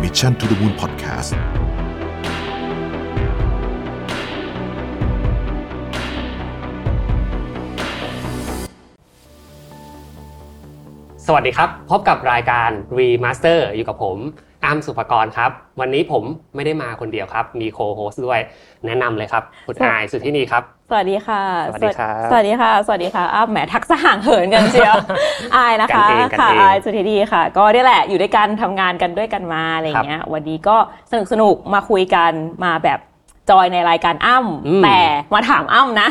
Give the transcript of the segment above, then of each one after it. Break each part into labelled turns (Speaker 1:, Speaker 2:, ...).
Speaker 1: Mission to the Moon Podcast
Speaker 2: สวัสดีครับ พบกับรายการ Remaster อยู่กับผมอาร์มสุภกรครับ วันนี้ผมไม่ได้มาคนเดียวครับ มีโคโฮสด้วยแนะนำเลยครับ คุณอายสุดที่นี่ครับ
Speaker 3: สวัสดีค่ะ
Speaker 2: สวัสดีครับ
Speaker 3: สวัสดีค่ะ สวัสดีค่ะอ้าวแหมทักษะห่างเหินกันเชียว อายนะ
Speaker 2: กัน
Speaker 3: คะ
Speaker 2: เองกัน
Speaker 3: ค่ะ
Speaker 2: เอง
Speaker 3: อายสุธีดีค่ะ ก็นี่แหละอยู่ด้วยกันทำงานกันด้วยกันมาอะไรอย่างเงี้ย วันนี้ก็สนุกสนุกมาคุยกันมาแบบจอยในรายการอ้ำ
Speaker 2: อืม
Speaker 3: แต่มาถามอ้ำนะ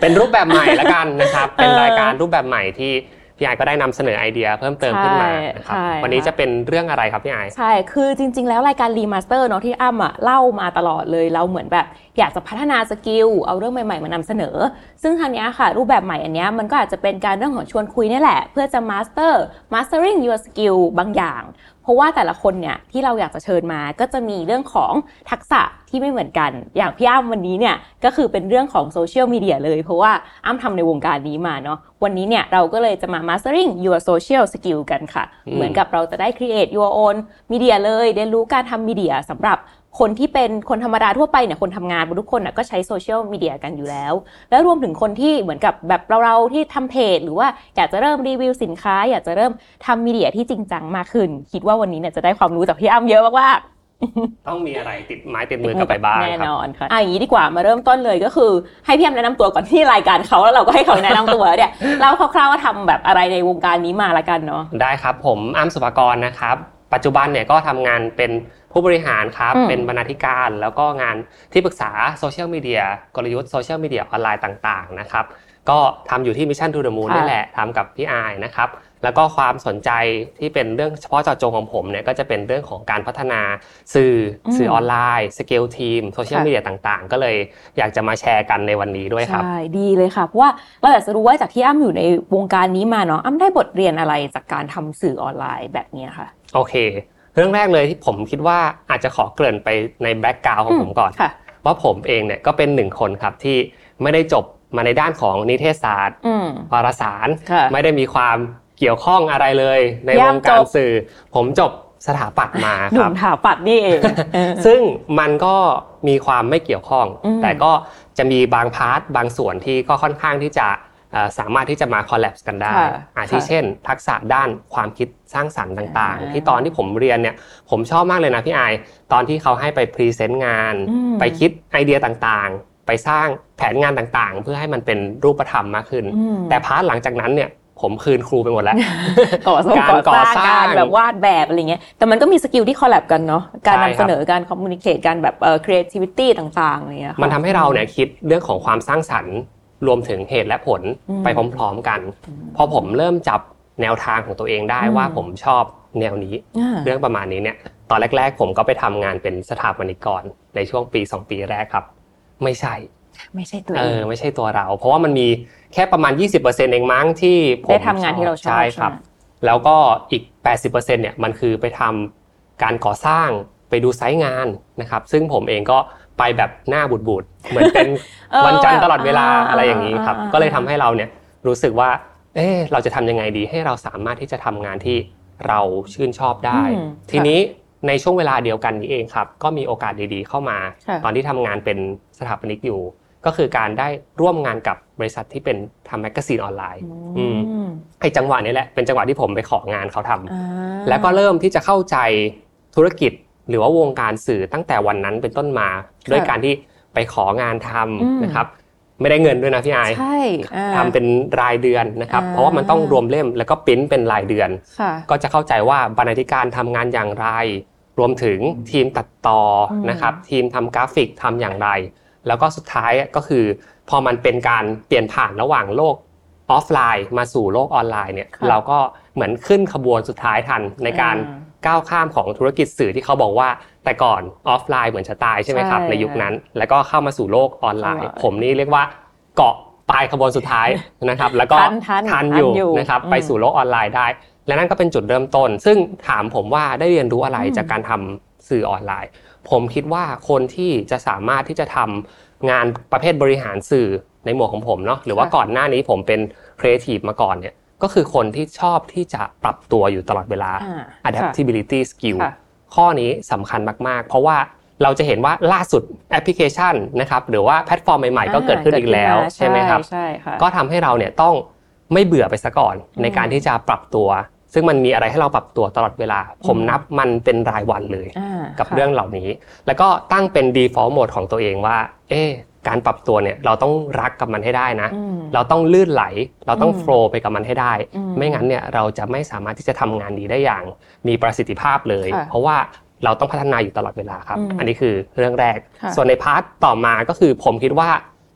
Speaker 2: เป็นรูปแบบใหม่ละกัน นะครับ เป็น
Speaker 3: เออ
Speaker 2: รายการรูปแบบใหม่ที่พี่อายก็ได้นำเสนอไอเดียเพิ่มเติมขึ้นมานะครับ
Speaker 3: ใช่ใช่
Speaker 2: วันนี้จะเป็นเรื่องอะไรครับพี่อาย
Speaker 3: ใช่ คือจริง ๆ แล้วรายการรีมาสเตอร์เนาะที่อ้ำอ่ะเล่ามาตลอดเลยเราเหมือนแบบอยากจะพัฒนาสกิลเอาเรื่องใหม่ ๆ มานำเสนอ ซึ่งทางเนี้ยค่ะ รูปแบบใหม่อันเนี้ยมันก็อาจจะเป็นการเรื่องของชวนคุยเนี่ยแหละ เพื่อจะมาสเตอร์มาสเตอริงยูสกิลบางอย่าง เพราะว่าแต่ละคนเนี่ยที่เราอยากจะเชิญมาก็จะมีเรื่องของทักษะที่ไม่เหมือนกัน อย่างพี่อ้ำวันนี้เนี่ยก็คือเป็นเรื่องของโซเชียลมีเดียเลย เพราะว่าอ้ำทำในวงการนี้มาเนาะวันนี้เนี่ยเราก็เลยจะมา mastering your social skill กันค่ะ
Speaker 2: อืม
Speaker 3: เหมือนกับเราจะได้ create your own media เลยเรียนรู้การทำมีเดียสำหรับคนที่เป็นคนธรรมดาทั่วไปเนี่ยคนทำงานทุกคนน่ะก็ใช้โซเชียลมีเดียกันอยู่แล้ว แล้วรวมถึงคนที่เหมือนกับแบบเราๆที่ทำเพจ หรือว่าอยากจะเริ่มรีวิวสินค้า อยากจะเริ่มทำมีเดียที่จริงจังมากขึ้น คิดว่าวันนี้เนี่ยจะได้ความรู้จากพี่อ้ำเยอะมาก
Speaker 2: ต้องมีอะไรติดไม้ติด
Speaker 3: ๆ
Speaker 2: มือกลับไปบ้าง
Speaker 3: แน่
Speaker 2: ครับ
Speaker 3: นอนค่ะอ่ะอย่างนี้ดีกว่ามาเริ่มต้นเลยก็คือ ให้พี่อ้ำแนะนำตัวก่อนที่รายการเขาแล้วเราก็ให้เขาแนะนำตัวเนี่ย เราคร่าวๆว่าทำแบบอะไรในวงการนี้มาละกันเนาะ
Speaker 2: ได้ครับผมอ้ำสุภากรนะครับ ปัจจุบันเนี่ยก็ทำงานเป็นผู้บริหารครับ
Speaker 3: อืม
Speaker 2: เป็นบรรณาธิการ แล้วก็งานที่ปรึกษาโซเชียลมีเดียกลยุทธ์โซเชียลมีเดียออนไลน์ต่างๆนะครับ ก็ทำอยู่ที่มิชชั่นทูเดอะมูนนี่แหละทำกับพี่อายนะครับ แล้วก็ความสนใจที่เป็นเรื่องเฉพาะเจาะจงของผมเนี่ยก็จะเป็นเรื่องของการพัฒนาสื่ออ
Speaker 3: ม
Speaker 2: สื่อออนไลน์สเกลทีมโซเชียล
Speaker 3: ค่ะ
Speaker 2: มีเดียต่างๆ ก็เลยอยากจะมาแชร์กันในวันนี้ด้วยครับ
Speaker 3: ใช่ ดีเลยค่ะ เพราะว่าเราอยากจะรู้ว่าจากที่อ้ำอยู่ในวงการนี้มาเนาะอ้ำได้บทเรียนอะไรจากการทำสื่อออนไลน์แบบเนี้ยค่ะ
Speaker 2: โอเค เรื่องแรกเลยที่ผมคิดว่าอาจจะขอเกริ่นไปในแบ็กกราวของผมก่อน
Speaker 3: ค่ะ
Speaker 2: ว่าผมเองเนี่ยก็เป็นหนึ่งคนครับที่ไม่ได้จบมาในด้านของนิเทศศาสตร์
Speaker 3: อืม
Speaker 2: วารสาร
Speaker 3: ค่ะ
Speaker 2: ไม่ได้มีความเกี่ยวข้องอะไรเลย ในว
Speaker 3: ย่าม
Speaker 2: งการ
Speaker 3: จบ
Speaker 2: สื่อ ผมจบสถาปัตย์มา
Speaker 3: ห
Speaker 2: ค
Speaker 3: นุ่
Speaker 2: รับ
Speaker 3: มถาปัดนี่เอง เออ
Speaker 2: ซึ่งมันก็มีความไม่เกี่ยวข้อง
Speaker 3: อืม
Speaker 2: แต่ก็จะมีบางพาร์ทบางส่วนที่ก็ค่อนข้างที่จะเอ่อสามารถที่จะมาคอลแลบกันได้
Speaker 3: ค่ะ
Speaker 2: อาทิ
Speaker 3: ค่ะ
Speaker 2: เช่น ทักษะด้านความคิดสร้างสรรค์ต่างๆ
Speaker 3: อ่า
Speaker 2: ที่ตอนที่ผมเรียนเนี่ยผมชอบมากเลยนะพี่ไอาย ตอนที่เขาให้ไปพรีเซนต์งาน
Speaker 3: อืม
Speaker 2: ไปคิดไอเดียต่างๆ ไปสร้างแผนงานต่างๆ เพื่อให้มันเป็นรูปธรรมมากขึ้น
Speaker 3: อืม
Speaker 2: แต่พาร์ทหลังจากนั้นเนี่ยผมคืนครูไปหมดแล้ว
Speaker 3: ก่อสร้าง
Speaker 2: การก่
Speaker 3: ก่
Speaker 2: อ
Speaker 3: อ
Speaker 2: ส
Speaker 3: ส
Speaker 2: ร้าง
Speaker 3: ร้างการแบบวาดแบบอะไรเงี้ย แต่มันก็มีสกิลที่คอลแลบกันเนาะ การ
Speaker 2: ใช่
Speaker 3: นำ
Speaker 2: ครับ
Speaker 3: เสนอการคอมมูนิเคตการแบบเอ่อ creativity ต่างๆอะไรเงี้ยค่ะ
Speaker 2: มันทำให้เราเนี่ยคิดเรื่องของความสร้างสรรค์รวมถึงเหตุและผล
Speaker 3: อืม
Speaker 2: ไปพร้อมๆกัน พอผมเริ่มจับแนวทางของตัวเองได้
Speaker 3: อืม
Speaker 2: ว่าผมชอบแนวนี้
Speaker 3: อ่า
Speaker 2: เรื่องประมาณนี้เนี่ยตอนแรกๆ ผมก็ไปทำงานเป็นสถาปนิกก่อนในช่วงปี 2 ปีแรกครับ ไม่ใช่
Speaker 3: ไม่ใช่ตัว
Speaker 2: เอ
Speaker 3: เอ
Speaker 2: อง ไม่ใช่ตัวเรา เพราะว่ามันมีแค่ประมาณ 20%เองมั้งที่ผม
Speaker 3: ได้ทำงานที่เราชอบ
Speaker 2: ใช่ครับ
Speaker 3: ใช่ไห
Speaker 2: แล้วก็อีก 80%เนี่ยมันคือไปทำการก่อสร้างไปดูไซต์งานนะครับ ซึ่งผมเองก็ไปแบบหน้าบูดบูดๆเหมือนเป็น
Speaker 3: เออ
Speaker 2: วันจันทร์
Speaker 3: แบบ
Speaker 2: ตลอดเวลาอะไรอย่างนี้ครับ ก็เลยทำ
Speaker 3: อ่า
Speaker 2: ให้เราเนี่ยรู้สึกว่า เอ๊ะเราจะทำยังไงดีให้เราสามารถที่จะทำงานที่เราชื่นชอบได้
Speaker 3: อืม
Speaker 2: ทีนี้ในช่วงเวลาเดียวกันนี้เองครับ ก็มีโอกาสดีๆ เข้ามา
Speaker 3: ค่ะ
Speaker 2: ตอนที่ทำงานเป็นสถาปนิกอยู่ ก็คือการได้ร่วมงานกับบริษัทที่เป็นทำแมกกาซีนออนไลน์
Speaker 3: อืม
Speaker 2: ไอ้จังหวะนี้แหละเป็นจังหวะที่ผมไปของานเขาทำ
Speaker 3: อ่า
Speaker 2: แล้วก็เริ่มที่จะเข้าใจธุรกิจหรือว่าวงการสื่อตั้งแต่วันนั้นเป็นต้นมา
Speaker 3: ค่ะ
Speaker 2: ด้วยการที่ไปของานท
Speaker 3: อืม
Speaker 2: ำนะครับ ไม่ได้เงินด้วยนะพี่ไอาย
Speaker 3: ใช่อ่า
Speaker 2: ทำเป็นรายเดือนนะครับ
Speaker 3: อ่า
Speaker 2: เพราะว่ามันต้องรวมเล่มแล้วก็ปริ้นเป็นรายเดือน
Speaker 3: ค่ะ
Speaker 2: ก็จะเข้าใจว่าบรรณาธิการทำงานอย่างไร รวมถึงทีมตัดต่ออ
Speaker 3: ม
Speaker 2: นะครับ ทีมทำกราฟิกทำอย่างไร แล้วก็สุดท้ายก็คือ พอมันเป็นการเปลี่ยนผ่านระหว่างโลกออฟไลน์มาสู่โลกออนไลน์เนี่ย
Speaker 3: ค่ะ
Speaker 2: เราก็เหมือนขึ้นขบวนสุดท้ายทันในการ
Speaker 3: อ่า
Speaker 2: ก้าวข้ามของธุรกิจสื่อที่เขาบอกว่า แต่ก่อนออฟไลน์เหมือนจะตายใช่ไหมครับ
Speaker 3: ใช่
Speaker 2: ในยุคนั้น แล้วก็เข้ามาสู่โลกออนไลน์
Speaker 3: ออนไลน์
Speaker 2: ผมนี่เรียกว่าเกาะปลายขบวนสุดท้ายนะครับ แล้วก็
Speaker 3: ทันทัน
Speaker 2: ทันอ
Speaker 3: ทัน
Speaker 2: ยู่
Speaker 3: อยู่
Speaker 2: นะครับ
Speaker 3: อืม
Speaker 2: ไปสู่ สู่โลกออนไลน์ได้ และนั่นก็เป็นจุดเริ่มต้น ซึ่งถามผมว่าได้เรียนรู้อะไร
Speaker 3: อืม
Speaker 2: จากการทำสื่อออนไลน์ ผมคิดว่าคนที่จะสามารถที่จะทำงานประเภทบริหารสื่อในหมวกของผมเนาะหรือว่าก่อนหน้านี้ผมเป็นครีเอทีฟมาก่อนเนี่ยก็คือคนที่ชอบที่จะปรับตัวอยู่ตลอดเวลา
Speaker 3: อ่า
Speaker 2: adaptability skill
Speaker 3: ค่ะ
Speaker 2: ข้อนี้สำคัญมาก ๆ เพราะว่าเราจะเห็นว่าล่าสุดแอปพลิเคชันนะครับหรือว่าแพลตฟอร์มใหม่ ๆ ก็เกิดขึ้นอีกแล้ว
Speaker 3: า
Speaker 2: ใช่ไหมครับ
Speaker 3: ใช่ค่ะ
Speaker 2: ก็ทำให้เราเนี่ยต้องไม่เบื่อไปซะก่อน
Speaker 3: อืม
Speaker 2: ในการที่จะปรับตัว ซึ่งมันมีอะไรให้เราปรับตัวตลอดเวลา ผมนับมันเป็นรายวันเลย
Speaker 3: า
Speaker 2: กับ
Speaker 3: ค่ะ
Speaker 2: เรื่องเหล่านี้ แล้วก็ตั้งเป็น default mode ของตัวเองว่า เอ๊ะการปรับตัวเนี่ยเราต้องรักกับมันให้ได้นะ
Speaker 3: อืม
Speaker 2: เราต้องลื่นไหล เราต้อง
Speaker 3: อืม
Speaker 2: โฟลไปกับมันให้ได้
Speaker 3: อื
Speaker 2: ไม่งั้นเนี่ยเราจะไม่สามารถที่จะทำงานดีได้อย่างมีประสิทธิภาพเลย
Speaker 3: ค่ะ
Speaker 2: เพราะว่าเราต้องพัฒนาอยู่ตลอดเวลาครับ
Speaker 3: อืม
Speaker 2: อันนี้คือเรื่องแรก
Speaker 3: ค่ะ
Speaker 2: ส่วนในพาร์ทต่อมาก็คือผมคิดว่า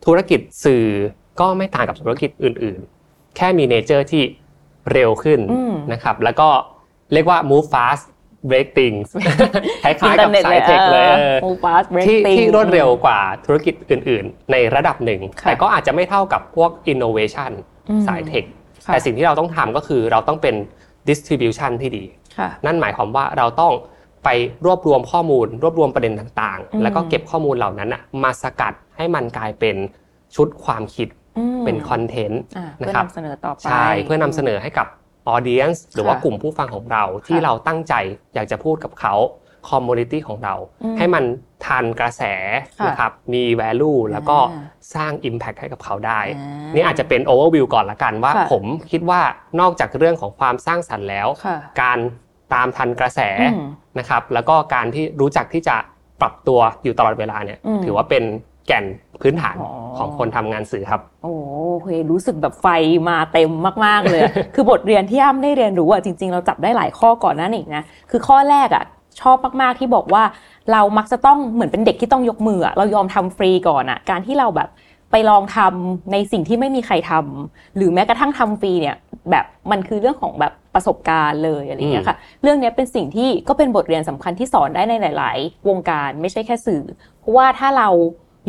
Speaker 2: ธุรกิจสื่อก็ไม่ต่างกับธุรกิจอื่นๆ แค่มีเนเจอร์ที่เร็วขึ้น
Speaker 3: อืม
Speaker 2: นะครับ แล้วก็เรียกว่า move fast break things คล้ายๆกับ
Speaker 3: Internet
Speaker 2: สายเทคเลยเออ
Speaker 3: โมบาส
Speaker 2: ที่ที่รวดเร็วกว่าธุรกิจอื่น ๆ ในระดับหนึ่ง
Speaker 3: ค่ะ
Speaker 2: แต่ก็อาจจะไม่เท่ากับพวก innovation สายเทค แต่สิ่งที่เราต้องทำก็คือเราต้องเป็น distribution ที่ดี
Speaker 3: ค่ะ
Speaker 2: นั่นหมายความว่าเราต้องไปรวบรวมข้อมูล รวบรวมประเด็นต่าง
Speaker 3: อืม
Speaker 2: ๆ แล้วก็เก็บข้อมูลเหล่านั้นน่ะมาสกัดให้มันกลายเป็นชุดความคิด
Speaker 3: อืม
Speaker 2: เป็นคอนเทนต์
Speaker 3: อ่า
Speaker 2: นะ
Speaker 3: เพื่อ
Speaker 2: ครับ
Speaker 3: นำเสนอต่อไป
Speaker 2: ใช่เพื่อนำเสนอให้กับออเดียนส์หรือว่า
Speaker 3: ค่ะ
Speaker 2: กลุ่มผู้ฟังของเราที่
Speaker 3: ค่ะ
Speaker 2: เราตั้งใจอยากจะพูดกับเขาคอมมูนิตี้ของเรา
Speaker 3: อืม
Speaker 2: ให้มันทันกระแส
Speaker 3: ค่ะ
Speaker 2: นะครับมี value แล้วก็
Speaker 3: อ่า
Speaker 2: สร้าง Impact ให้กับเขาได้
Speaker 3: อ่
Speaker 2: นี่อาจจะเป็น overview ก่อนละกันว่า
Speaker 3: ค่ะ
Speaker 2: ผมคิดว่านอกจากเรื่องของความสร้างสรรค์แล้ว
Speaker 3: ค่ะ
Speaker 2: การตามทันกระแส
Speaker 3: อืม
Speaker 2: นะครับ แล้วก็การที่รู้จักที่จะปรับตัวอยู่ตลอดเวลาเนี่ย
Speaker 3: อืม
Speaker 2: ถือว่าเป็นแก่นพื้นฐาน
Speaker 3: อ๋อ
Speaker 2: ของคนทำงานสื่อครับ
Speaker 3: โอ้โหรู้สึกแบบไฟมาเต็มมาก ๆ เลยอะ คือบทเรียนที่อ้ำได้เรียนรู้อ่ะจริง ๆ เราจับได้หลายข้อก่อนหนั้นอีกนะ คือข้อแรกอ่ะชอบมาก ๆ ที่บอกว่า เรามักจะต้องเหมือนเป็นเด็กที่ต้องยกมืออะเรายอมทำฟรีก่อนอ่ะ การที่เราแบบไปลองทำในสิ่งที่ไม่มีใครทำหรือแม้กระทั่งทำฟรีเนี่ยแบบมันคือเรื่องของแบบประสบการณ์เลยอะไรอย่างเงี้ยค่ะ เรื่องเนี้ยเป็นสิ่งที่ก็เป็นบทเรียนสำคัญที่สอนได้ในหลาย ๆ วงการไม่ใช่แค่สื่อ เพราะว่าถ้าเรา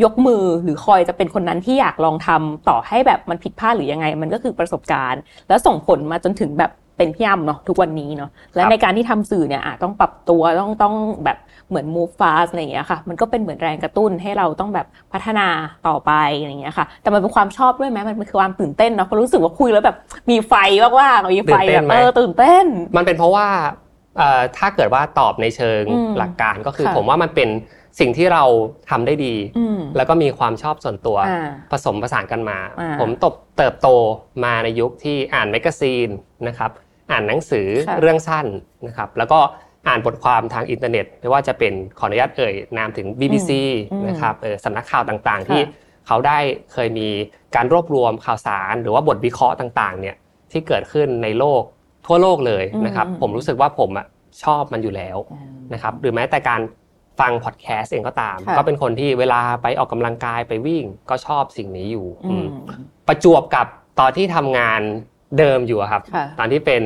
Speaker 3: ยกมือหรือคอยจะเป็นคนนั้นที่อยากลองทำต่อให้แบบมันผิดพลาดหรือยังไง มันก็คือประสบการณ์ แล้วส่งผลมาจนถึงแบบเป็นพี่ยำเนาะทุกวันนี้เนาะและในการที่ทำสื่อเนี่ยอาจต้องปรับตัวต้องต้องแบบเหมือน move fast อะไรอย่างเงี้ยค่ะ มันก็เป็นเหมือนแรงกระตุ้นให้เราต้องแบบพัฒนาต่อไปอะไรอย่างเงี้ยค่ะ แต่มันเป็นความชอบด้วยไหมมันเป็นความตื่นเต้นเนาะเพราะรู้สึกว่าคุยแล้วแบบมีไฟว่างๆมีไฟแบบเออตื่นเต้น
Speaker 2: มันเป็นเพราะว่าเอ่อถ้าเกิดว่าตอบในเชิง
Speaker 3: อืม
Speaker 2: หลักการก็คือ
Speaker 3: ค่ะ
Speaker 2: ผมว่ามันเป็นสิ่งที่เราทำได้ดี
Speaker 3: อืม
Speaker 2: แล้วก็มีความชอบส่วนตัว
Speaker 3: อ่า
Speaker 2: ผสมผสานกันมา
Speaker 3: อ่า
Speaker 2: ผมตบเติบโตมาในยุคที่อ่านแมกกาซีนนะครับอ่านหนังสือ
Speaker 3: ค่ะ
Speaker 2: เรื่องสั้นนะครับแล้วก็อ่านบทความทางอินเทอร์เน็ตไม่ว่าจะเป็นขออนุญาตเอ่ยนามถึง BBC
Speaker 3: อืม
Speaker 2: นะครับเอ่อสำนักข่าวต่างๆ
Speaker 3: ค่ะ
Speaker 2: ที่เขาได้เคยมีการรวบรวมข่าวสาร หรือว่าบทวิเคราะห์ต่างๆเนี่ยที่เกิดขึ้นในโลกทั่วโลกเลยนะครับ
Speaker 3: อืม
Speaker 2: ผมรู้สึกว่าผมอะชอบมันอยู่แล้ว นะครับหรือแม้แต่การฟังพอดแคสต์เองก็ตาม
Speaker 3: ค่ะ
Speaker 2: ก็เป็นคนที่เวลาไปออกกำลังกายไปวิ่งก็ชอบสิ่งนี้อยู่
Speaker 3: อื
Speaker 2: อื
Speaker 3: ม
Speaker 2: มประจวบกับตอนที่ทำงานเดิมอยู่อะครับ
Speaker 3: ค่ะ
Speaker 2: ตอนที่เป็น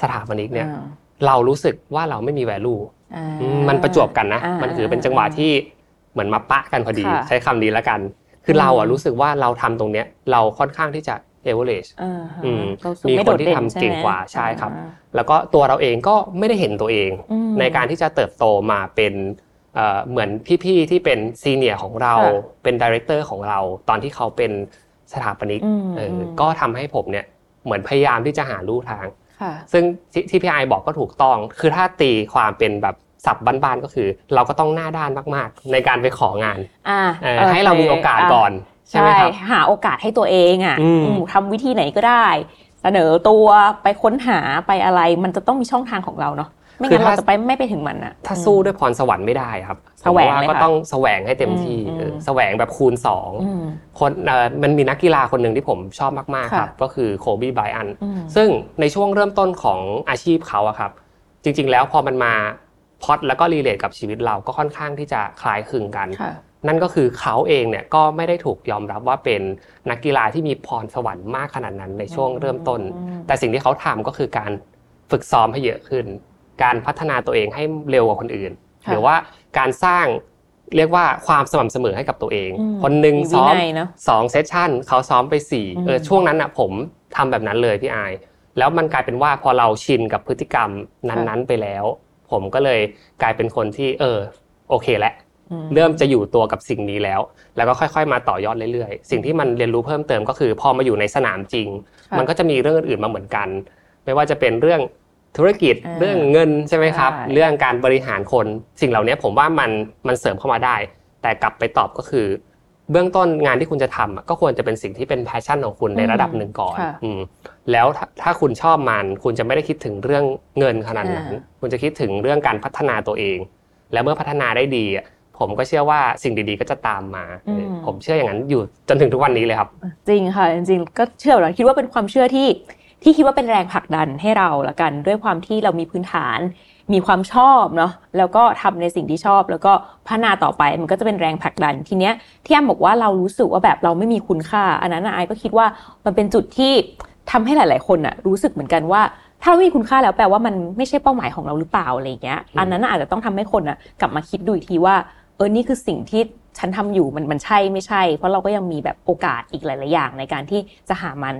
Speaker 2: สถาปนิกเนี่ย
Speaker 3: อ่า
Speaker 2: เรารู้สึกว่าเราไม่มี value
Speaker 3: อ่า
Speaker 2: อืมมันประจวบกันนะ
Speaker 3: อ่า
Speaker 2: มันถือเป็นจังหวะที่เหมือนมาปะกันพอดี
Speaker 3: ค่ะ
Speaker 2: ใช้คำนี้ละกัน คืออ
Speaker 3: ม
Speaker 2: เราอะรู้สึกว่าเราทำตรงเนี้ยเราค่อนข้างที่จะ average
Speaker 3: อ่าฮะ
Speaker 2: อืม
Speaker 3: เราสูง
Speaker 2: มีค
Speaker 3: ไ
Speaker 2: นที่
Speaker 3: โดดเด่
Speaker 2: ทำ
Speaker 3: ใช่
Speaker 2: เก่ง
Speaker 3: ไหม
Speaker 2: กว่าใช่ครับ
Speaker 3: อ่า
Speaker 2: แล้วก็ตัวเราเองก็ไม่ได้เห็นตัวเอง
Speaker 3: อืม
Speaker 2: ในการที่จะเติบโตมาเป็นเอ่อเหมือนพี่ๆที่เป็นซีเนียร์ของเรา
Speaker 3: ค่ะ
Speaker 2: เป็นดีเรคเตอร์ของเรา ตอนที่เขาเป็นสถาปนิก
Speaker 3: อืม
Speaker 2: เออ
Speaker 3: ม
Speaker 2: อก็ทำให้ผมเนี่ยเหมือนพยายามที่จะหาลู่ทาง
Speaker 3: ค่ะ
Speaker 2: ซึ่งที่ที่พี่ไอบอกก็ถูกต้อง คือถ้าตีความเป็นแบบสับบ้านๆก็คือ เราก็ต้องหน้าด้านมากๆ ในการไปของาน
Speaker 3: อ่า
Speaker 2: เออ
Speaker 3: โอค
Speaker 2: ให้เรามีโอกาสก่อน
Speaker 3: ะ
Speaker 2: ใช่ไหมครับ
Speaker 3: หาโอกาสให้ตัวเองอ่ะ
Speaker 2: อืม
Speaker 3: อืมทำวิธีไหนก็ได้ เสนอตัวไปค้นหาไปอะไร มันจะต้องมีช่องทางของเราเนาะไม่งั้นเราจะไปไม่ไปถึงมันอ่ะ
Speaker 2: ถ้าสู้ด้วยพรสวรรค์ไม่ได้ครับ
Speaker 3: แสวง
Speaker 2: ผม
Speaker 3: เลย
Speaker 2: ก็
Speaker 3: ค่ะ
Speaker 2: ต้องแสวงให้เต็มที่
Speaker 3: อืม
Speaker 2: เออแสวงแบบคูณสอง
Speaker 3: อืม
Speaker 2: คนเอ่อมันมีนักกีฬาคนหนึ่งที่ผมชอบมากๆค
Speaker 3: ค่ะ
Speaker 2: รับก็คือโคบีไบรอัน
Speaker 3: อืม
Speaker 2: ซึ่งในช่วงเริ่มต้นของอาชีพเขาอะครับ จริงๆแล้วพอมันมาพล็อดแล้วก็รีเลทกับชีวิตเราก็ค่อนข้างที่จะคล้ายคลึงกัน
Speaker 3: ค่ะ
Speaker 2: นั่นก็คือเขาเองเนี่ยก็ไม่ได้ถูกยอมรับว่าเป็นนักกีฬาที่มีพรสวรรค์มากขนาดนั้นในช่วงเริ่มต้น
Speaker 3: อืม
Speaker 2: แต่สิ่งที่เขาทำก็คือการฝึกซ้อมให้เยอะขึ้น การพัฒนาตัวเองให้เร็วกว่าคนอื่น
Speaker 3: ค่ะ
Speaker 2: หรือว่าการสร้างเรียกว่าความสม่ำเสมอให้กับตัวเอง
Speaker 3: อืม
Speaker 2: คนหนึ่ง
Speaker 3: มีวิ
Speaker 2: ซ้อม
Speaker 3: นัยเนาะ
Speaker 2: สองเซสชันเขาซ้อมไปสี่
Speaker 3: อืม
Speaker 2: เออช่วงนั้นอ่ะผมทำแบบนั้นเลยพี่อาย แล้วมันกลายเป็นว่าพอเราชินกับพฤติกรรมนั้นๆไปแล้ว ผมก็เลยกลายเป็นคนที่เออโอเคแล้วเริ่มจะอยู่ตัวกับสิ่งนี้แล้ว แล้วก็ค่อยๆ มาต่อยอดเรื่อยๆ สิ่งที่มันเรียนรู้เพิ่มเติมก็คือ พอมาอยู่ในสนามจริง
Speaker 3: ค่ะ
Speaker 2: มันก็จะมีเรื่องอื่นๆมาเหมือนกัน ไม่ว่าจะเป็นเรื่อง ธุรกิจ
Speaker 3: อ่า
Speaker 2: เรื่องเงินใช่ไหมครับ
Speaker 3: ใช่
Speaker 2: เรื่องการบริหารคนสิ่งเหล่านี้ผมว่ามันมันเสริมเข้ามาได้ แต่กลับไปตอบก็คือ เบื้องต้นงานที่คุณจะทำอะก็ควรจะเป็นสิ่งที่เป็นแพชชั่นของคุณในระดับหนึ่งก่อน
Speaker 3: ค่ะ
Speaker 2: อืมแล้วถ้าถ้าคุณชอบมัน คุณจะไม่ได้คิดถึงเรื่องเงินขนาดนั้น
Speaker 3: อ่า
Speaker 2: คุณจะคิดถึงเรื่องการพัฒนาตัวเอง แล้วเมื่อพัฒนาได้ดีอะผมก็เชื่อว่าสิ่งดีๆ ก็จะตามมา
Speaker 4: อืม
Speaker 2: ผมเชื่ออย่างนั้นอยู่จนถึงทุกวันนี้เลยครับ
Speaker 3: จริงค่ะ จริงๆ ก็เชื่อแบบนั้นคิดว่าเป็นความเชื่อที่ที่คิดว่าเป็นแรงผลักดันให้เราละกัน ด้วยความที่เรามีพื้นฐาน มีความชอบเนาะแล้วก็ทำในสิ่งที่ชอบ แล้วก็พัฒนาต่อไปมันก็จะเป็นแรงผลักดันทีเนี้ยที่แอมบอกว่าเรารู้สึกว่าแบบเราไม่มีคุณค่า อันนั้นน่ะไอายก็คิดว่ามันเป็นจุดที่ทำให้หลาย ๆ คนน่ะรู้สึกเหมือนกันว่า ถ้าเราไม่มีคุณค่าแล้วแปลว่ามันไม่ใช่เป้าหมายของเราหรือเปล่าอะไรอย่างเงี้ยอันนั้นน่ะอาจจะต้องทำให้คนน่ะกลับมาคิดดูอีกทีว่า เออ นี่คือสิ่งที่ฉันทำอยู่มันมันใช่ไม่ใช่ เพราะเราก็ยังมีแบบโอกาสอีกหลาย ๆ อย่างในการที่จะหามัน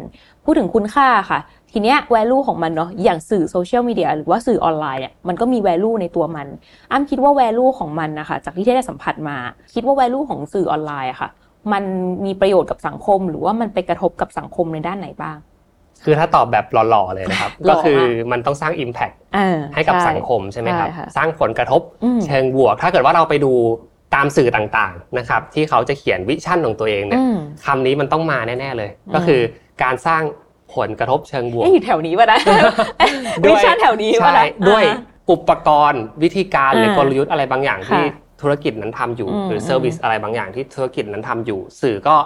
Speaker 3: พูดถึงคุณค่าค่ะ ทีเนี้ย value ของมันเนาะ อย่างสื่อโซเชียลมีเดียหรือว่าสื่อออนไลน์เนี่ย มันก็มี value ในตัวมัน อ้ำคิดว่า value ของมันนะคะ จากที่ได้สัมผัสมา คิดว่า value ของสื่อออนไลน์อะค่ะ มันมีประโยชน์กับสังคม หรือว่ามันไปกระทบกับสังคมในด้านไหนบ้าง
Speaker 2: คือถ้าตอบแบบหล่อๆเลยนะครับ
Speaker 3: หล่อ
Speaker 2: ก็คือ
Speaker 3: ม
Speaker 2: มันต้องสร้าง Impact
Speaker 3: อ่า
Speaker 2: ให้กับ
Speaker 3: ช่
Speaker 2: สังคมใช่ไหมครับ
Speaker 3: ใช่ค่ะ
Speaker 2: สร้างผลกระทบ
Speaker 3: อืม
Speaker 2: เชิงบวก ถ้าเกิดว่าเราไปดูตามสื่อต่างๆนะครับ ที่เขาจะเขียนวิชั่นของตัวเองเนี่ย
Speaker 3: อืม
Speaker 2: คำนี้มันต้องมาแน่ๆเลย
Speaker 3: อืม
Speaker 2: ก็คือการสร้างผลกระทบเชิงบวก
Speaker 3: เอ๊ะอยู่แถวนี้ป่ะนะ
Speaker 2: ด้
Speaker 3: วิ
Speaker 2: วย
Speaker 3: ชาแถวนี้ป่ะ
Speaker 2: ใช่
Speaker 3: นะ
Speaker 2: ด้วย
Speaker 3: อ่า
Speaker 2: อุปกรณ์วิธีการหรือ
Speaker 3: เออก
Speaker 2: ลยุทธ์อะไรบางอย่าง
Speaker 3: ค่ะ
Speaker 2: ที่ธุรกิจนั้นทำอยู่
Speaker 3: อืม
Speaker 2: หรือเซอร์วิสอะไรบางอย่างที่ธุรกิจนั้นทำอยู่ สื่อก็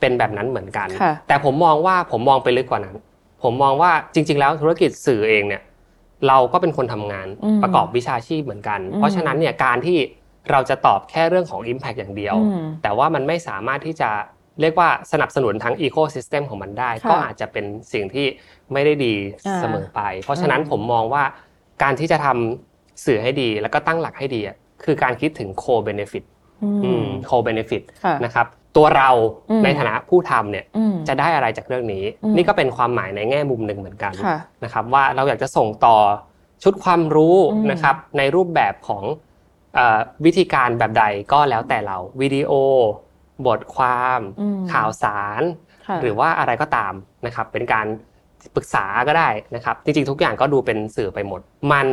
Speaker 2: เป็นแบบนั้นเหมือนกัน
Speaker 3: ค่ะ
Speaker 2: แต่ผมมองว่าผมมองไปลึกกว่านั้น ผมมองว่าจริง ๆ แล้วธุรกิจสื่อเองเนี่ยเราก็เป็นคนทำงาน
Speaker 3: อืม
Speaker 2: ประกอบวิชาชีพเหมือนกัน
Speaker 3: อืม
Speaker 2: เพราะฉะนั้นเนี่ยการที่เราจะตอบแค่เรื่องของ Impact อย่างเดียว
Speaker 3: อืม
Speaker 2: แต่ว่ามันไม่สามารถที่จะเรียกว่าสนับสนุนทั้งอีโคซิสเต็มของมันได้
Speaker 3: ค่ะ
Speaker 2: ก็อาจจะเป็นสิ่งที่ไม่ได้ดี
Speaker 3: อ่า
Speaker 2: เสมอไป เพราะฉะนั้น
Speaker 3: อืม
Speaker 2: ผมมองว่าการที่จะทำสื่อให้ดีแล้วก็ตั้งหลักให้ดีอะคือการคิดถึงโคเบเนฟิต
Speaker 3: อืม
Speaker 2: โคเบเนฟิต
Speaker 3: ค่ะ
Speaker 2: นะครับตัวเรา
Speaker 3: อืม
Speaker 2: ในฐานะผู้ทำเนี่ย
Speaker 3: อืม
Speaker 2: จะได้อะไรจากเรื่องนี้
Speaker 3: อืม
Speaker 2: นี่ก็เป็นความหมายในแง่มุมหนึ่งเหมือนกัน
Speaker 3: ค่ะ
Speaker 2: นะครับ ว่าเราอยากจะส่งต่อชุดความรู้
Speaker 3: อืม
Speaker 2: นะครับ ในรูปแบบของเอ่อวิธีการแบบใดก็แล้วแต่เราวิดีโอ บทความ
Speaker 3: อืม
Speaker 2: ข่าวสาร
Speaker 3: ค่ะ
Speaker 2: หรือว่าอะไรก็ตามนะครับ เป็นการปรึกษาก็ได้นะครับ จริงๆ ทุกอย่างก็ดูเป็นสื่อไปหมด มัน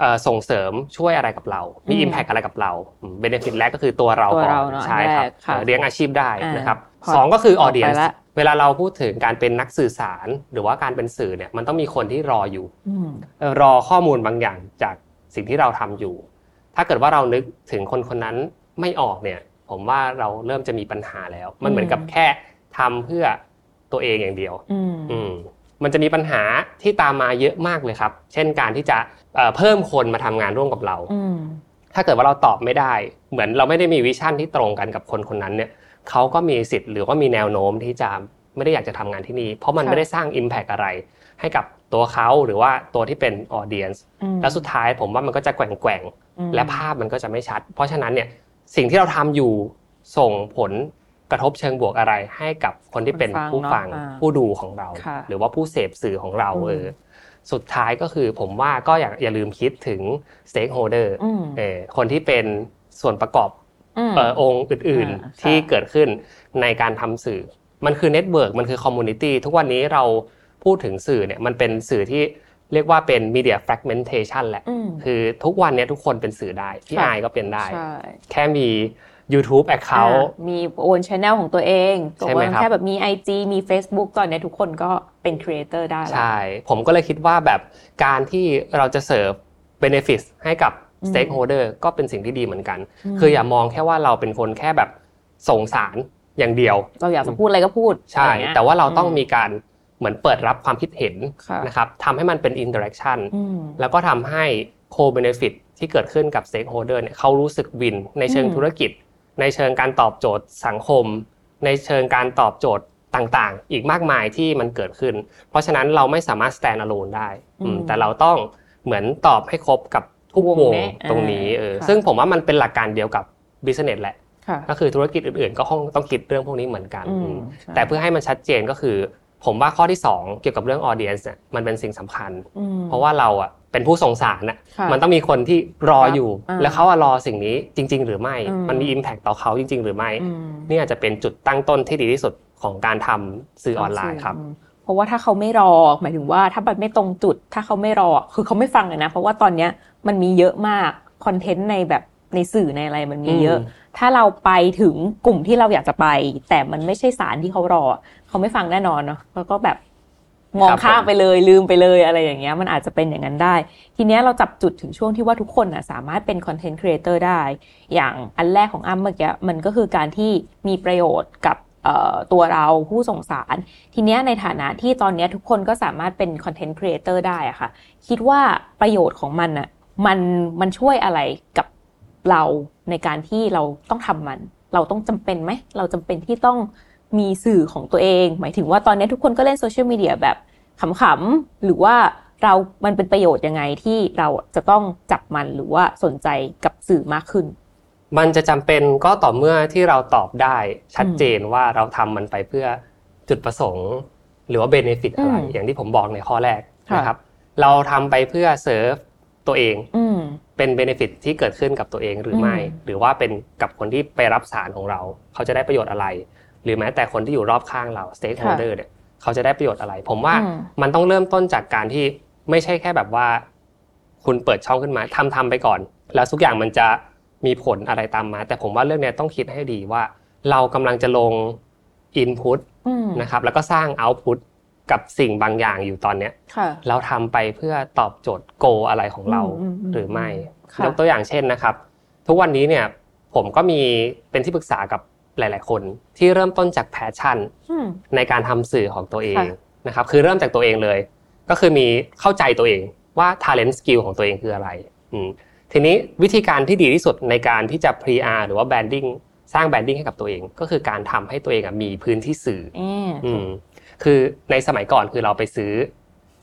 Speaker 2: เอ่อส่งเสริมช่วยอะไรกับเรา มี
Speaker 3: อืม
Speaker 2: Impact อะไรกับเราเบนฟิตแรกก็คือตัวเรา
Speaker 3: ตัว
Speaker 2: ก่อน
Speaker 3: เราเนอะ
Speaker 2: ใช่ครับ
Speaker 3: แรกค่ะ
Speaker 2: เอ่อเลี้ยงอาชีพได้นะครับ
Speaker 3: อ่า
Speaker 2: สองก็คือออเดียน
Speaker 3: ต่อไปละ
Speaker 2: เวลาเราพูดถึงการเป็นนักสื่อสาร หรือว่าการเป็นสื่อเนี่ยมันต้องมีคนที่รออยู่
Speaker 3: อืม
Speaker 2: เอ่อรอข้อมูลบางอย่างจากสิ่งที่เราทำอยู่ ถ้าเกิดว่าเรานึกถึงคนคนนั้นไม่ออกเนี่ย ผมว่าเราเริ่มจะมีปัญหาแล้ว มันเหมือนกับ
Speaker 3: อืม
Speaker 2: แค่ทำเพื่อตัวเองอย่างเดียว
Speaker 3: อืม
Speaker 2: อืมมันจะมีปัญหาที่ตามมาเยอะมากเลยครับ เช่นการที่จะเอ่อเพิ่มคนมาทำงานร่วมกับเรา
Speaker 3: อืม
Speaker 2: ถ้าเกิดว่าเราตอบไม่ได้ เหมือนเราไม่ได้มีวิชั่นที่ตรงกันกับคนคนนั้นเนี่ยเขาก็มีสิทธิ์หรือว่ามีแนวโน้มที่จะไม่ได้อยากจะทำงานที่นี่ เพราะมัน
Speaker 3: ค่ะ
Speaker 2: ไม่ได้สร้าง Impact อะไร ให้กับตัวเขาหรือว่าตัวที่เป็นออเดียน
Speaker 3: อืม
Speaker 2: แล้วสุดท้ายผมว่ามันก็จะแกว่ง
Speaker 3: อืม
Speaker 2: ๆและภาพมันก็จะไม่ชัด เพราะฉะนั้นเนี่ยสิ่งที่เราทำอยู่ส่งผลกระทบเชิงบวกอะไร ให้กับคนที่เป็น
Speaker 3: คนฟัง
Speaker 2: ผู้ฟัง
Speaker 3: เนอะอ่า
Speaker 2: ผู้ดูของเรา
Speaker 3: ค่ะ
Speaker 2: หรือว่าผู้เสพสื่อของเรา
Speaker 3: อืม
Speaker 2: เออสุดท้ายก็คือผมว่าก็อย่าอย่าลืมคิดถึง stakeholder
Speaker 3: อืม
Speaker 2: เออคนที่เป็นส่วนประกอบ
Speaker 3: อืม
Speaker 2: เอ่อองค์อื่น
Speaker 3: อ่า
Speaker 2: ๆ ที่
Speaker 3: ค่ะ
Speaker 2: เกิดขึ้นในการทำสื่อ มันคือเน็ตเวิร์กมันคือคอมมูนิตี้ทุกวันนี้เราพูดถึงสื่อเนี่ยมันเป็นสื่อที่เรียกว่าเป็นมีเดียแฟกเมนเทชันแหละ
Speaker 3: อืม
Speaker 2: คือทุกวันเนี้ยทุกคนเป็นสื่อได้ พี่
Speaker 3: ค่ะ
Speaker 2: อายก็เป็นได้
Speaker 3: ใช่
Speaker 2: แค่มี YouTube
Speaker 3: อ่
Speaker 2: Account
Speaker 3: มีโอนชแนลของตัวเอง
Speaker 2: ใช่ไหม
Speaker 3: ตัวเอง
Speaker 2: ครับ
Speaker 3: แค่แบบมี IG มี Facebook ตอนเนี้ยทุกคนก็เป็นครีเอเตอร์ได้ละ
Speaker 2: ใช่ ผมก็เลยคิดว่าแบบการที่เราจะเสิร์ฟ Benefits ให้กับ
Speaker 3: อืม
Speaker 2: Stakeholder ก็เป็นสิ่งที่ดีเหมือนกัน
Speaker 3: ม
Speaker 2: คืออย่ามองแค่ว่าเราเป็นคนแค่แบบส่งสารอย่างเดียว
Speaker 3: เราอยากจะพูดอะไรก็พูด
Speaker 2: ใช่
Speaker 3: อะไรเงี้ย
Speaker 2: แต่ว่าเราต้องมีการเหมือนเปิดรับความคิดเห็น
Speaker 3: ค่ะ
Speaker 2: นะครับทำให้มันเป็น Interaction
Speaker 3: อืม
Speaker 2: แล้วก็ทำให้ co-benefit ที่เกิดขึ้นกับ stakeholder เนี่ยเขารู้สึกวินในเชิง
Speaker 3: อืม
Speaker 2: ธุรกิจ ในเชิงการตอบโจทย์สังคม ในเชิงการตอบโจทย์ต่างๆ อีกมากมายที่มันเกิดขึ้น เพราะฉะนั้นเราไม่สามารถ stand alone ได้อืม
Speaker 3: อืม
Speaker 2: แต่เราต้องเหมือนตอบให้ครบกับทุกว
Speaker 3: ว
Speaker 2: ง
Speaker 3: งแน่
Speaker 2: ตรงนี้
Speaker 3: อ่า
Speaker 2: เออ
Speaker 3: ค่ะ
Speaker 2: ซึ่งผมว่ามันเป็นหลักการเดียวกับ business แหละ
Speaker 3: ค่ะ
Speaker 2: ก็คือธุรกิจอื่นๆ ก็คงต้องคิดเรื่องพวกนี้เหมือนกัน
Speaker 3: อื
Speaker 2: อื
Speaker 3: ม
Speaker 2: ม
Speaker 3: ใช่
Speaker 2: แต่เพื่อให้มันชัดเจนก็คือ ผมว่าข้อที่ 2 เกี่ยวกับเรื่อง audience เนี่ยมันเป็นสิ่งสำคัญ
Speaker 3: อืม
Speaker 2: เพราะว่าเราอ่ะเป็นผู้ส่งสารน่ะ
Speaker 3: ค่ะ
Speaker 2: มันต้องมีคนที่รออยู่
Speaker 3: ครับอ่า
Speaker 2: แล้วเขาอะรอสิ่งนี้จริง ๆ หรือไม่
Speaker 3: อืม
Speaker 2: มันมี Impact ต่อเขาจริง ๆ หรือไม่
Speaker 3: อืม
Speaker 2: นี่อาจจะเป็นจุดตั้งต้นที่ดีที่สุดของการทำสื่อออนไลน์ครับ
Speaker 3: โห ราะว่าถ้าเขาไม่รอ หมายถึงว่าถ้าบัตรไม่ตรงจุด ถ้าเขาไม่รอ คือเขาไม่ฟังเลยนะ เพราะว่าตอนเนี้ยมันมีเยอะมากคอนเทนต์ในแบบในสื่อในอะไรมันมีเยอะ ถ้าเราไปถึงกลุ่มที่เราอยากจะไป แต่มันไม่ใช่สารที่เขารอ เขาไม่ฟังแน่นอนเนาะแล้วก็แบบมอง
Speaker 2: ครับผม
Speaker 3: ข้ามไปเลยลืมไปเลยอะไรอย่างเงี้ย มันอาจจะเป็นอย่างนั้นได้ ทีเนี้ยเราจับจุดถึงช่วงที่ว่าทุกคนนะสามารถเป็นคอนเทนต์ครีเอเตอร์ได้ อย่างอันแรกของอ้ำเมื่อกี้มันก็คือการที่มีประโยชน์กับเอ่อตัวเราผู้ส่งสาร ทีเนี้ยในฐานะที่ตอนเนี้ยทุกคนก็สามารถเป็นคอนเทนต์ครีเอเตอร์ได้อะค่ะ คิดว่าประโยชน์ของมันน่ะมันมันช่วยอะไรกับเราในการที่เราต้องทำมัน เราต้องจำเป็นไหม เราจำเป็นที่ต้องมีสื่อของตัวเอง หมายถึงว่าตอนเนี้ยทุกคนก็เล่นโซเชียลมีเดียแบบขำๆหรือว่าเรา มันเป็นประโยชน์ยังไงที่เราจะต้องจับมันหรือว่าสนใจกับสื่อมากขึ้น
Speaker 2: มันจะจำเป็นก็ต่อเมื่อที่เราตอบได้ชัดเจนว่าเราทำมันไปเพื่อจุดประสงค์ หรือว่าเบนฟิตอะไร
Speaker 3: อืม
Speaker 2: อย่างที่ผมบอกในข้อแรก
Speaker 3: ค่ะ
Speaker 2: นะครับ เราทำไปเพื่อเซิร์ฟตัวเอง
Speaker 3: อืม
Speaker 2: เป็นเบนฟิตที่เกิดขึ้นกับตัวเองหรือไม่
Speaker 3: อืม
Speaker 2: หรือว่าเป็นกับคนที่ไปรับสารของเรา เขาจะได้ประโยชน์อะไร หรือแม้แต่คนที่อยู่รอบข้างเราสเต็กโฮเดอร์เนี่ยเขาจะได้ประโยชน์อะไร ผมว่า
Speaker 3: อืม
Speaker 2: มันต้องเริ่มต้นจากการที่ไม่ใช่แค่แบบว่า คุณเปิดช่องขึ้นมาทำทำไปก่อน แล้วทุกอย่างมันจะมีผลอะไรตามมา แต่ผมว่าเรื่องเนี้ยต้องคิดให้ดีว่า เรากำลังจะลง Input
Speaker 3: อืม
Speaker 2: นะครับแล้วก็สร้าง Output กับสิ่งบางอย่างอยู่ตอนเนี้ย
Speaker 3: ค่ะ
Speaker 2: เราทำไปเพื่อตอบโจทย์โกอะไรของเรา
Speaker 3: อืมอืมอืม
Speaker 2: หรือไม่
Speaker 3: ค่ะ
Speaker 2: ยกตัวอย่างเช่นนะครับ ทุกวันนี้เนี่ยผมก็มีเป็นที่ปรึกษากับหลาย ๆ คนที่เริ่มต้นจากแพชชั่น
Speaker 3: อืม
Speaker 2: ในการทำสื่อของตัวเอง
Speaker 3: ค่ะ
Speaker 2: นะครับคือเริ่มจากตัวเองเลย ก็คือมีเข้าใจตัวเองว่า talent skill ของตัวเองคืออะไรอืมทีนี้วิธีการที่ดีที่สุดในการที่จะ PR หรือว่า branding สร้าง branding ให้กับตัวเอง ก็คือการทำให้ตัวเองอะมีพื้นที่สื่อ
Speaker 3: เอ๊ะ
Speaker 2: อืมคือในสมัยก่อนคือเราไปซื้อ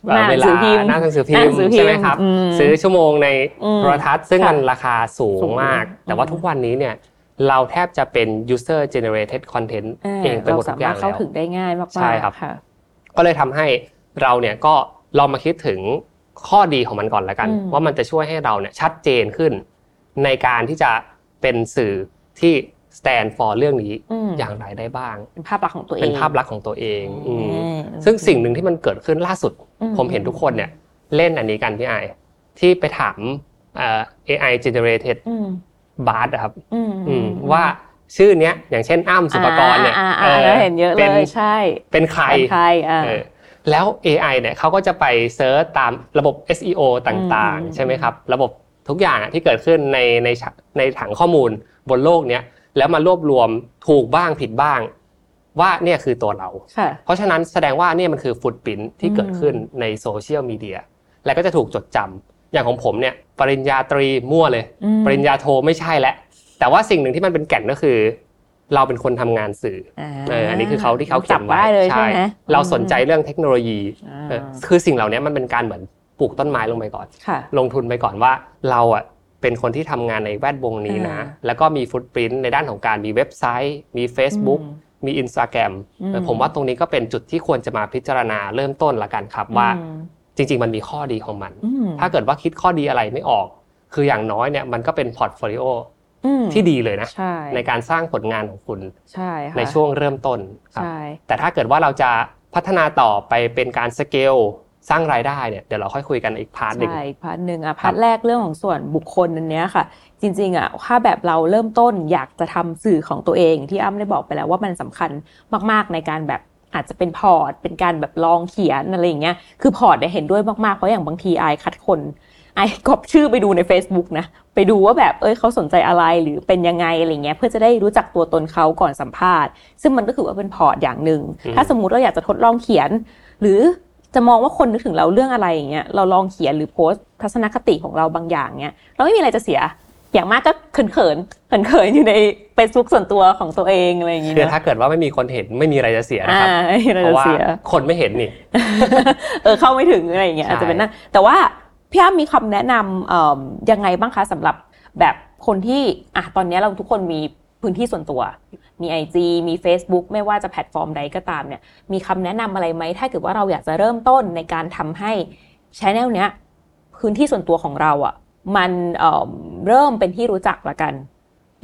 Speaker 2: เอ่อ
Speaker 3: หน้า
Speaker 2: เว
Speaker 3: หนังสื
Speaker 2: ลา
Speaker 3: อพิมพ์
Speaker 2: หน้าหนังสือพิ
Speaker 3: หน้าม หนั
Speaker 2: พ์
Speaker 3: งสือพิมพ์
Speaker 2: ใช่ไหมครับ
Speaker 3: อืม
Speaker 2: ซื้อชั่วโมงใน
Speaker 3: อืม
Speaker 2: โทรทัศน์ซึ่ง
Speaker 3: ค่ะ
Speaker 2: มันราคาสู
Speaker 3: สู
Speaker 2: ง
Speaker 3: ง
Speaker 2: มาก แต่ว่าทุกวันนี้เนี่ยเราแทบจะเป็น user generated content
Speaker 3: า
Speaker 2: เองไปหมด
Speaker 3: สา
Speaker 2: ทุกอ
Speaker 3: มา
Speaker 2: ย่า
Speaker 3: รง ถ
Speaker 2: แล้ว
Speaker 3: เข้าถึงได้ง่ายมากๆ
Speaker 2: ใช่ครับ
Speaker 3: ค่ะ
Speaker 2: ก็เลยทำให้เราเนี่ยก็ลองมาคิดถึงข้อดีของมันก่อนละกัน
Speaker 3: อืม
Speaker 2: ว่ามันจะช่วยให้เราเนี่ยชัดเจนขึ้น ในการที่จะเป็นสื่อที่ stand for เรื่องนี้
Speaker 3: อืม
Speaker 2: อย่างไรได้บ้าง
Speaker 3: เป็นภาพลักษณ์ของตัวเอง
Speaker 2: เป็นภาพลักษณ์ของตัวเองอืม
Speaker 3: เอ๊ะ
Speaker 2: ซึ่งสิ่งหนึ่งที่มันเกิดขึ้นล่าสุด
Speaker 3: อื
Speaker 2: ผมเห็นทุกคนเนี่ยเล่นอันนี้กันพี่ไอที่ไปถามเอ่อ AI generated
Speaker 3: อืม
Speaker 2: bard อะครับ
Speaker 3: อืม
Speaker 2: อืมว่าชื่อเนี้ยอย่างเช่นอ้ำสุปกรณ์เนี่ย
Speaker 3: อ่าอ่าอ่าเราเห็นเยอะเล
Speaker 2: ป็น
Speaker 3: ยใช่
Speaker 2: เป็นใคร
Speaker 3: ใครอ่า
Speaker 2: เออแล้ว AI เนี่ยเขาก็จะไปเซิร์ชตามระบบ SEO ต่าง
Speaker 3: อืม
Speaker 2: ๆ ใช่ไหมครับ ระบบทุกอย่างอะที่เกิดขึ้นในในฉะในถังข้อมูลบนโลกเนี้ยแล้วมารวบรวมถูกบ้างผิดบ้าง ว่าเนี่ยคือตัวเรา
Speaker 3: ค่ะ
Speaker 2: เพราะฉะนั้นแสดงว่าเนี่ยมันคือฟุตปิ้นที่เกิดขึ้นในโซเชียลมีเดียและก็จะถูกจดจำอย่างของผมเนี่ยปริญญาตรีมั่วเลย
Speaker 3: อืม
Speaker 2: ปริญญาโทไม่ใช่แล้วแต่ว่าสิ่งหนึ่งที่มันเป็นแก่นก็คือ เราเป็นคนทำงานสื่อ เอออันนี้คือเขาที่เขาเขี
Speaker 3: จั
Speaker 2: ยน
Speaker 3: บได้
Speaker 2: ไว้
Speaker 3: เลยใช่ไหม
Speaker 2: เราสนใจเรื่องเทคโนโลยี
Speaker 3: อ่า
Speaker 2: เออคือสิ่งเหล่านี้มันเป็นการเหมือนปลูกต้นไม้ลงไปก่อน
Speaker 3: ค่ะ
Speaker 2: ลงทุนไปก่อนว่าเราอ่ะเป็นคนที่ทำงานในแวดวงนี้นะ
Speaker 3: อ่า
Speaker 2: แล้วก็มีฟุตปรินต์ในด้านของการมีเว็บไซต์ มี Facebook มีอินสตาแกรม
Speaker 3: อืม
Speaker 2: ผมว่าตรงนี้ก็เป็นจุดที่ควรจะมาพิจารณาเริ่มต้นละกันครับว่า
Speaker 3: อืม
Speaker 2: จริง ๆ มันมีข้อดีของมัน
Speaker 3: อืม
Speaker 2: ถ้าเกิดว่าคิดข้อดีอะไรไม่ออก คืออย่างน้อยเนี่ยมันก็เป็นพอร์ตโฟลิโอ
Speaker 3: อืม
Speaker 2: ที่ดีเลยนะ
Speaker 3: ใช่
Speaker 2: ในการสร้างผลงานของคุณ
Speaker 3: ใช่ค่ะ
Speaker 2: ในช่วงเริ่มต้นครับ
Speaker 3: ใช่
Speaker 2: แต่ถ้าเกิดว่าเราจะพัฒนาต่อไปเป็นการสเกลสร้างรายได้เนี่ยเดี๋ยวเราค่อยคุยกันอีกพาร์ทหนึ่ง
Speaker 3: ใช่พาร์ทหนึ่งอ่ะ
Speaker 2: ครั
Speaker 3: พา
Speaker 2: บ
Speaker 3: ร์ทแรกเรื่องของส่วนบุคคลอันเนี้ยค่ะ จริงๆอ่ะถ้าแบบเราเริ่มต้นอยากจะทำสื่อของตัวเองที่อ้ำได้บอกไปแล้วว่ามันสำคัญมากๆในการแบบอาจจะเป็นพอร์ต เป็นการแบบลองเขียนอะไรอย่างเงี้ยคือพอร์ตเนี่ยเห็นด้วยมากๆเพราะอย่างบางทีไอายคัดคน ไอ้กอบชื่อไปดูใน Facebook นะ ไปดูว่าแบบเอ้ยเขาสนใจอะไรหรือเป็นยังไงอะไรเงี้ยเพื่อจะได้รู้จักตัวตนเขาก่อนสัมภาษณ์ ซึ่งมันก็คือว่าเป็นพอร์ตอย่างหนึ่ง
Speaker 2: อืม
Speaker 3: ถ้าสมมุติเราอยากจะทดลองเขียน หรือจะมองว่าคนนึกถึงเราเรื่องอะไรอย่างเงี้ยเราลองเขียนหรือโพสต์ทัศนคติของเราบางอย่างเงี้ยเราไม่มีอะไรจะเสีย อย่างมากก็เขินเขินเขินเขินๆอยู่ใน Facebook ส่วนตัวของตัวเองอะไรอย่างเงี้ย
Speaker 2: คือถ้าเกิดว่าไม่มีคนเห็นไม่มีอะไรจะเสียนะครับ
Speaker 3: ไม่มีอะไร
Speaker 2: เพ
Speaker 3: จะ
Speaker 2: ราะว่า
Speaker 3: เสีย
Speaker 2: คนไม่เห็นนี่
Speaker 3: เออเข้าไม่ถึงอะไรอย่างเงี้ย
Speaker 2: ใช่
Speaker 3: อาจจะเป็นนั่นแต่ว่าพี่อ้ำมีคำแนะนำเอ่อยังไงบ้างคะสำหรับแบบคนที่อ่ะตอนเนี้ยเราทุกคนมีพื้นที่ส่วนตัว มี IG มี Facebook ไม่ว่าจะแพลตฟอร์มใดก็ตามเนี่ยมีคำแนะนำอะไรไหมถ้าเกิดว่าเราอยากจะเริ่มต้นในการทำให้ช n e l เนี้ยพื้นที่ส่วนตัวของเราอะ่ะมันเอ่อเริ่มเป็นที่รู้จักละกัน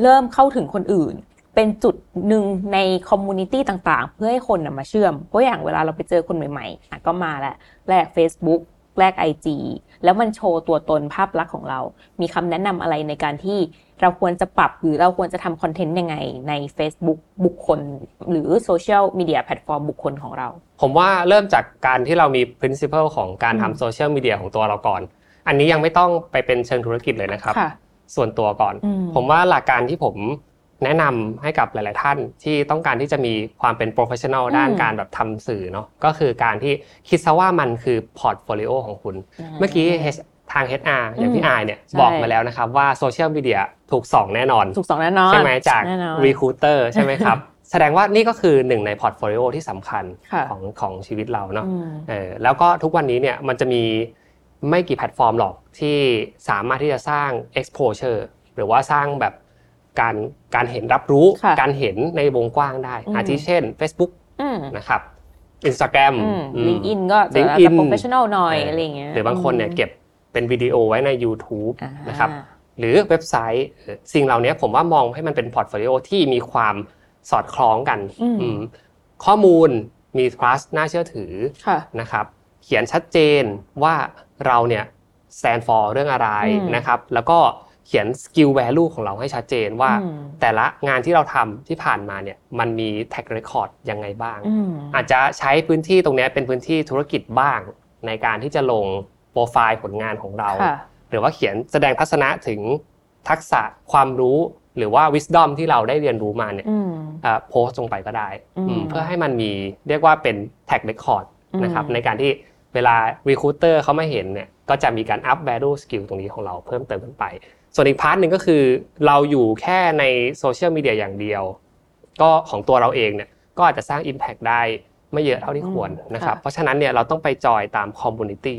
Speaker 3: เริ่มเข้าถึงคนอื่น เป็นจุดหนึ่งในคอมมูนิตี้ต่างๆ เพื่อให้คนนะมาเชื่อม เพราะอย่างเวลาเราไปเจอคนใหม่ๆอ่ะก็มาแหละแลก Facebook แลก IG แล้วมันโชว์ตัวตนภาพลักษณ์ของเรา มีคำแนะนำอะไรในการที่เราควรจะปรับหรือเราควรจะทำคอนเทนต์ยังไงใน Facebook บุคคล หรือโซเชียลมีเดียแพลตฟอร์มบุคคลของเรา
Speaker 2: ผมว่าเริ่มจากการที่เรามี principle ของการ
Speaker 3: อืม
Speaker 2: ทำโซเชียลมีเดียของตัวเราก่อน อันนี้ยังไม่ต้องไปเป็นเชิงธุรกิจเลยนะครับ ส่วนตัวก่อน
Speaker 3: อืม
Speaker 2: ผมว่าหลักการที่ผมแนะนำให้กับหลาย ๆ ท่านที่ต้องการที่จะมีความเป็น professional
Speaker 3: อืม
Speaker 2: ด้านการแบบทำสื่อเนาะก็คือการที่คิดซะว่ามันคือ portfolio ของคุณ เมื่อกี้ H- ทาง HR อย่างพี่อายเนี่ย
Speaker 3: ใช่
Speaker 2: บอกมาแล้วนะครับว่าโซเชียลมีเดียถูกส่องแน่นอน
Speaker 3: ถูกสองแน่นอน
Speaker 2: ใช่ไหมจาก
Speaker 3: แน่นอน
Speaker 2: recruiter ใช่ไหม ครับ แสดงว่านี่ก็คือหนึ่งใน portfolio ที่สำคัญ
Speaker 3: ค่ะ
Speaker 2: ของของชีวิตเราเนาะ
Speaker 3: อืม
Speaker 2: เออแล้วก็ทุกวันนี้เนี่ยมันจะมีไม่กี่แพลตฟอร์มหรอกที่สามารถที่จะสร้าง exposure หรือว่าสร้างแบบการการเห็นรับรู้
Speaker 3: ค่ะ
Speaker 2: การเห็นในวงกว้างได้
Speaker 3: อืม
Speaker 2: อาทิเช่น Facebook
Speaker 3: อืม
Speaker 2: นะครับ Instagram
Speaker 3: อืม
Speaker 2: อืม
Speaker 3: ลิงก์อินก็จะ
Speaker 2: LinkedIn
Speaker 3: จะ professional หน่อย
Speaker 2: เอออ
Speaker 3: อะไรเงี้ย
Speaker 2: หรือบางคนเนี่ยเก็บเป็นวิดีโอไว้ใน YouTube
Speaker 3: อ่า
Speaker 2: นะครับ หรือเว็บไซต์เอ่อสิ่งเหล่านี้ผมว่ามองให้มันเป็นพอร์ตโฟลิโอที่มีความสอดคล้องกัน
Speaker 3: อืม
Speaker 2: อืมข้อมูลมี trust น่าเชื่อถือ
Speaker 3: ค่ะ
Speaker 2: นะครับเขียนชัดเจนว่าเราเนี่ย stand for เรื่องอะไร
Speaker 3: อืม
Speaker 2: นะครับ แล้วก็เขียน skill value ของเราให้ชัดเจนว่า
Speaker 3: อืม
Speaker 2: แต่ละงานที่เราทำที่ผ่านมาเนี่ยมันมี track record ยังไงบ้าง
Speaker 3: อืม
Speaker 2: อาจจะใช้พื้นที่ตรงเนี้ยเป็นพื้นที่ธุรกิจบ้าง ในการที่จะลงโปรไฟล์ผลงานของเรา
Speaker 3: ค่ะ
Speaker 2: หรือว่าเขียนแสดงทัศนะถึงทักษะความรู้หรือว่า wisdom ที่เราได้เรียนรู้มาเนี่ย
Speaker 3: อืม
Speaker 2: โพสต์ลงไปก็ได้
Speaker 3: อืม
Speaker 2: อืมเพื่อให้มันมีเรียกว่าเป็น track record
Speaker 3: อืม
Speaker 2: นะครับในการที่เวลา recruiter เขามาเห็นเนี่ยก็จะมีการ up value skill ตรงนี้ของเราเพิ่มเติมขึ้นไป ส่วนอีกพาร์ทหนึ่งก็คือ เราอยู่แค่ในโซเชียลมีเดียอย่างเดียว ก็ของตัวเราเองเนี่ยก็อาจจะสร้าง Impact ได้ไม่เยอะเท่าที่ควร
Speaker 3: อืม
Speaker 2: นะครับ
Speaker 3: ค่ะ
Speaker 2: เพราะฉะนั้นเนี่ยเราต้องไปจอยตาม community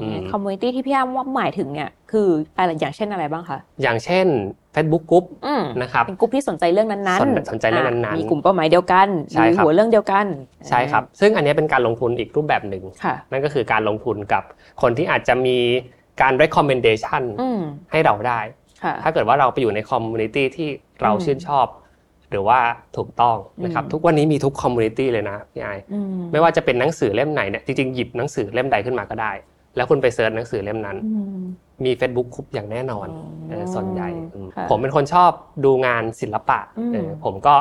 Speaker 2: อืม
Speaker 3: คอมมูนิตี้ที่พี่อ้ํว่าหมายถึงเนี่ยคืออะไรอย่างเช่นอะไรบ้างคะ
Speaker 2: อย่างเช่น Facebook Group
Speaker 3: อืม
Speaker 2: นะครับ
Speaker 3: เป็นกลุ่มที่สนใจเรื่องนั้น
Speaker 2: สน
Speaker 3: ๆ
Speaker 2: สนใจเรื่องนั้นะ ๆ
Speaker 3: มีกลุ่มเป้าหมายเดียวกัน
Speaker 2: ใช่
Speaker 3: มี
Speaker 2: ครับ
Speaker 3: หัวเรื่องเดียวกัน
Speaker 2: ใช่ครับ ซึ่งอันนี้เป็นการลงทุนอีกรูปแบบหนึ่ง
Speaker 3: ค่ะ
Speaker 2: นั่นก็คือการลงทุนกับคนที่อาจจะมีการ recommendation
Speaker 3: อืม
Speaker 2: ให้เราได้
Speaker 3: ค่ะ
Speaker 2: ถ้าเกิดว่าเราไปอยู่ในคอมมูนิตี้ที่เรา
Speaker 3: อืม
Speaker 2: ชื่นชอบ หรือว่าถูกต้องนะครับ
Speaker 3: อืม
Speaker 2: ทุกวันนี้มีทุกคอมมูนิตี้เลยนะพี่ไอาย
Speaker 3: อืม
Speaker 2: ไม่ว่าจะเป็นหนังสือเล่มไหนเนี่ยจริงๆหยิบหนังสือเล่มใดขึ้นมาก็ได้ แล้วคุณไปเสิร์ชหนังสือเล่มนั้น
Speaker 3: อืม
Speaker 2: มี Facebook คุปอย่างแน่นอนเออส่วนใหญ่อืม
Speaker 3: ค่ะ
Speaker 2: ผมเป็นคนชอบดูงานศิลปะ
Speaker 3: อืม
Speaker 2: เออผมก็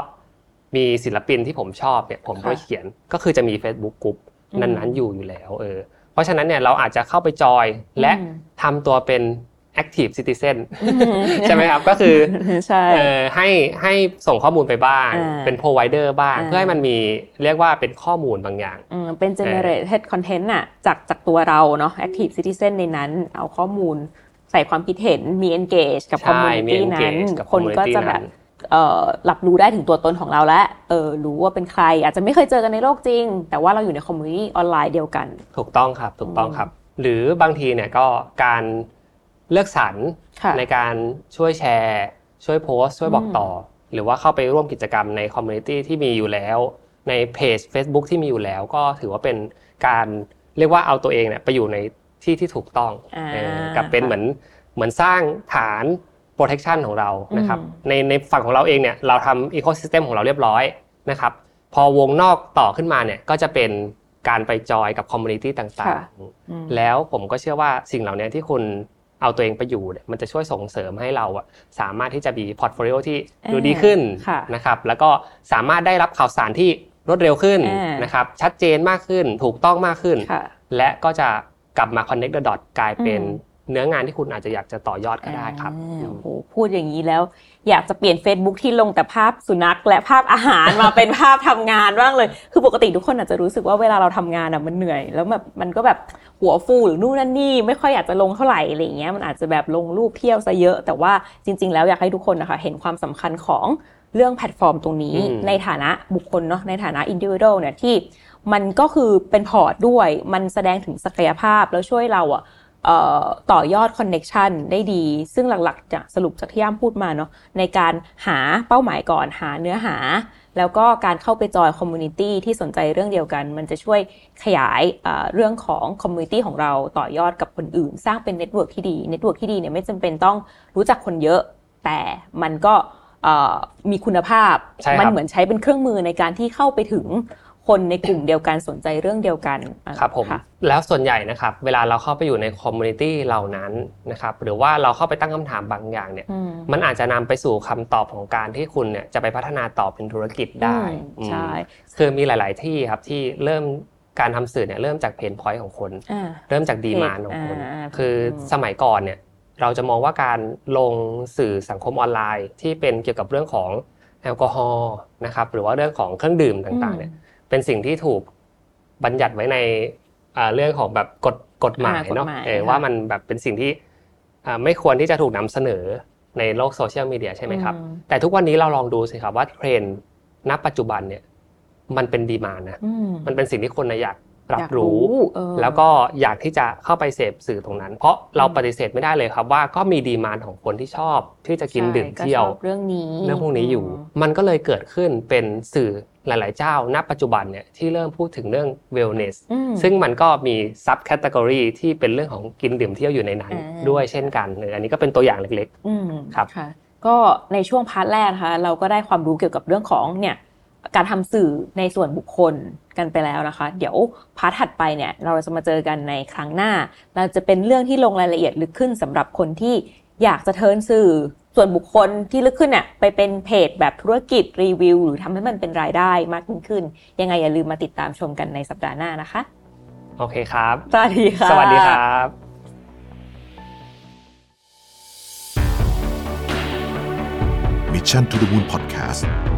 Speaker 2: มีศิลปินที่ผมชอบเนี่ยผมก็
Speaker 3: ค่ะ
Speaker 2: เขียนก็คือจะมี Facebook กลุ่ม
Speaker 3: อืม
Speaker 2: นั้นๆอยู่อยู่แล้วเออเพราะฉะนั้นเนี่ยเราอาจจะเข้าไปจอยและ
Speaker 3: อืม
Speaker 2: ทำตัวเป็น active citizen
Speaker 3: อืม
Speaker 2: ใช่ไหมครับก็คือ
Speaker 3: ใช่
Speaker 2: เอ่อให้ให้ส่งข้อมูลไปบ้าง
Speaker 3: อ่า
Speaker 2: เป็น provider บ้าง
Speaker 3: อ่า
Speaker 2: เพื่อให้มันมีเรียกว่าเป็นข้อมูลบางอย่าง
Speaker 3: อืมเป็น generated content น่ะจากจากตัวเราเนาะ active citizen ในนั้น เอาข้อมูลใส่ความคิดเห็นมี engage กับ
Speaker 2: ใช่มี
Speaker 3: community นั้น
Speaker 2: engage กับ
Speaker 3: คนก็
Speaker 2: community
Speaker 3: จะแบบ
Speaker 2: นั้น
Speaker 3: เอ่อรับรู้ได้ถึงตัวตนของเราและเออรู้ว่าเป็นใคร อาจจะไม่เคยเจอกันในโลกจริง แต่ว่าเราอยู่ในคอมมูนิตี้ออนไลน์เดียวกัน
Speaker 2: ถูกต้องครับถูกต้องครับ หรือบางทีเนี่ยก็การเลือกสรร
Speaker 3: ค่ะ
Speaker 2: ในการช่วยแชร์ ช่วยโพสต์ ช่วยบอก
Speaker 3: อืม
Speaker 2: ต่อ หรือว่าเข้าไปร่วมกิจกรรมในคอมมูนิตี้ที่มีอยู่แล้ว ในเพจ Facebook ที่มีอยู่แล้ว ก็ถือว่าเป็นการเรียกว่าเอาตัวเองเนี่ยไปอยู่ในที่ที่ถูกต้อง
Speaker 3: อ่า
Speaker 2: เออกลับเป็นเหมือนเหมือนสร้างฐาน protection ของเรานะครับ
Speaker 3: อืม
Speaker 2: ในในฝั่งของเราเองเนี่ยเราทำ ecosystem ของเราเรียบร้อยนะครับ พอวงนอกต่อขึ้นมาเนี่ยก็จะเป็นการไปจอยกับ community ต่าง
Speaker 3: ค่ะ อืม
Speaker 2: ๆ แล้วผมก็เชื่อว่าสิ่งเหล่านี้ที่คุณเอาตัวเองไปอยู่เนี่ยมันจะช่วยส่งเสริมให้เราอะสามารถที่จะมี portfolio ที่ดูดีขึ้น
Speaker 3: ค่ะ
Speaker 2: นะครับ แล้วก็สามารถได้รับข่าวสารที่รวดเร็วขึ้น
Speaker 3: อ่าน
Speaker 2: นะครับ ชัดเจนมากขึ้นถูกต้องมากขึ้น
Speaker 3: ค่ะ
Speaker 2: และก็จะกลับมา connect the dot กลายเป็น
Speaker 3: อืม
Speaker 2: เนื้องานที่คุณอาจจะอยากจะต่อยอดก็ได้ครับ
Speaker 3: อ่า
Speaker 2: อืม
Speaker 3: โอ้โหพูดอย่างนี้แล้ว อยากจะเปลี่ยน Facebook ที่ลงแต่ภาพสุนัขและภาพอาหาร มาเป็นภาพทำงานบ้างเลย คือปกติทุกคนอาจจะรู้สึกว่าเวลาเราทำงานอ่ะมันเหนื่อย แล้วแบบมันก็แบบหัวฟูหรือนู่นนั่นนี่ไม่ค่อยอยากจะลงเท่าไหร่อะไรอย่างเงี้ยมันอาจจะแบบลงรูปเที่ยวซะเยอะ แต่ว่าจริง ๆ แล้วอยากให้ทุกคนนะคะเห็นความสำคัญของเรื่องแพลตฟอร์มตรงนี้
Speaker 2: อืม
Speaker 3: ในฐานะบุคคลเนาะในฐานะอินดิว d ด a l เนี่ยที่มันก็คือเป็นพอร์ตด้วย มันแสดงถึงศักยภาพแล้วช่วยเราอะ เอ่อต่อยอดคอนเน็กชันได้ดี ซึ่งหลักๆจากสรุปจากที่ย่ามพูดมาเนาะในการหาเป้าหมายก่อนหาเนื้อหา แล้วก็การเข้าไปจอยคอมมูนิตี้ที่สนใจเรื่องเดียวกัน มันจะช่วยขยายเอ่อเรื่องของคอมมูนิตี้ของเราต่อยอดกับคนอื่น สร้างเป็นเน็ตเวิร์กที่ดีเน็ตเวิร์กที่ดีเนี่ยไม่จำเป็นต้องรู้จักคนเยอะ แต่มันก็ เอ่อมีคุณภาพ
Speaker 2: ใช่ครับ
Speaker 3: มัเหมือนใช้เป็นเครื่องมือในการที่เข้าไปถึงคนในกลุ่มเดียวกันสนใจเรื่องเดียวกันอ่ะ
Speaker 2: ครับผม
Speaker 3: ะ
Speaker 2: แล้วส่วนใหญ่นะครับเวลาเราเข้าไปอยู่ในคอมมูนิตี้เหล่านั้นนะครับหรือว่าเราเข้าไปตั้งคำถามบางอย่างเนี่ย
Speaker 3: อืม
Speaker 2: มันอาจจะนำไปสู่คำตอบของการที่คุณเนี่ยจะไปพัฒนาต่อเป็นธุรกิจได้
Speaker 3: อืมใช่
Speaker 2: อืมคือมีหลาย ๆ ที่ครับที่เริ่มการทำสื่อเนี่ยเริ่มจากเพนพอยต์ของคน
Speaker 3: อ่า
Speaker 2: เริ่มจากดีมานของคน
Speaker 3: อ่า
Speaker 2: คือสมัยก่อนเนี่ยเราจะมองว่าการลงสื่อสังคมออนไลน์ ที่เป็นเกี่ยวกับเรื่องของแอลกอฮอล์นะครับหรือว่าเรื่องของเครื่องดื่มต่าง ๆ เนี่ยเป็นสิ่งที่ถูกบัญญัติไว้ในอ่าเรื่องของแบบกฎกฎหมายเนาะ
Speaker 3: อ่ากฎหมาย
Speaker 2: เออ
Speaker 3: ค่ะ
Speaker 2: ว่ามันแบบเป็นสิ่งที่อ่าไม่ควรที่จะถูกนำเสนอในโลกโซเชียลมีเดียใช่ไหมครับ
Speaker 3: อืม
Speaker 2: แต่ทุกวันนี้เราลองดูสิครับว่าเทรนด์ณปัจจุบันเนี่ยมันเป็นดีมานนะ
Speaker 3: อืม
Speaker 2: มันเป็นสิ่งที่คนน่ะอยากรั
Speaker 3: อบ ยาก
Speaker 2: รู้
Speaker 3: เออ
Speaker 2: แล้วก็อยากที่จะเข้าไปเสพสื่อตรงนั้น เพราะเราปฏิเสธไม่ได้เลยครับว่าก็มีดีมานด์ของคนที่ชอบที่จะกิน
Speaker 3: ใช่
Speaker 2: ดื่มเที่ยว
Speaker 3: ก็ชอบเรื่องนี้
Speaker 2: เรื่องพวกนี้อยู่
Speaker 3: ม
Speaker 2: มันก็เลยเกิดขึ้นเป็นสื่อหลาย ๆ เจ้า ณ ปัจจุบันเนี่ยที่เริ่มพูดถึงเรื่อง wellness
Speaker 3: อืม
Speaker 2: ซึ่งมันก็มี sub category ที่เป็นเรื่องของกินดื่มเที่ยวอยู่ในนั้น
Speaker 3: อ่า
Speaker 2: ด้วยเช่นกันเอออันนี้ก็เป็นตัวอย่างเล็ก
Speaker 3: อืม
Speaker 2: ครับ
Speaker 3: ค่ะ ก็ในช่วงพาร์ทแรกนะคะเราก็ได้ความรู้เกี่ยวกับเรื่องของเนี่ยการทำสื่อในส่วนบุคคลกันไปแล้วนะคะ เดี๋ยวพาร์ทถัดไปเนี่ยเราจะมาเจอกันในครั้งหน้า เราจะเป็นเรื่องที่ลงรายละเอียดลึกขึ้นสำหรับคนที่อยากจะเทิร์นสื่อส่วนบุคคลที่ลึกขึ้นน่ะไปเป็นเพจแบบธุรกิจรีวิว หรือทำให้มันเป็นรายได้มากยิ่งขึ้น ยังไงอย่าลืมมาติดตามชมกันในสัปดาห์หน้านะคะ
Speaker 2: ๆ โอเคครับ
Speaker 3: สวัสดีค่ะ
Speaker 2: สวัสดีครับ
Speaker 1: มิชชั่น to the Moon Podcast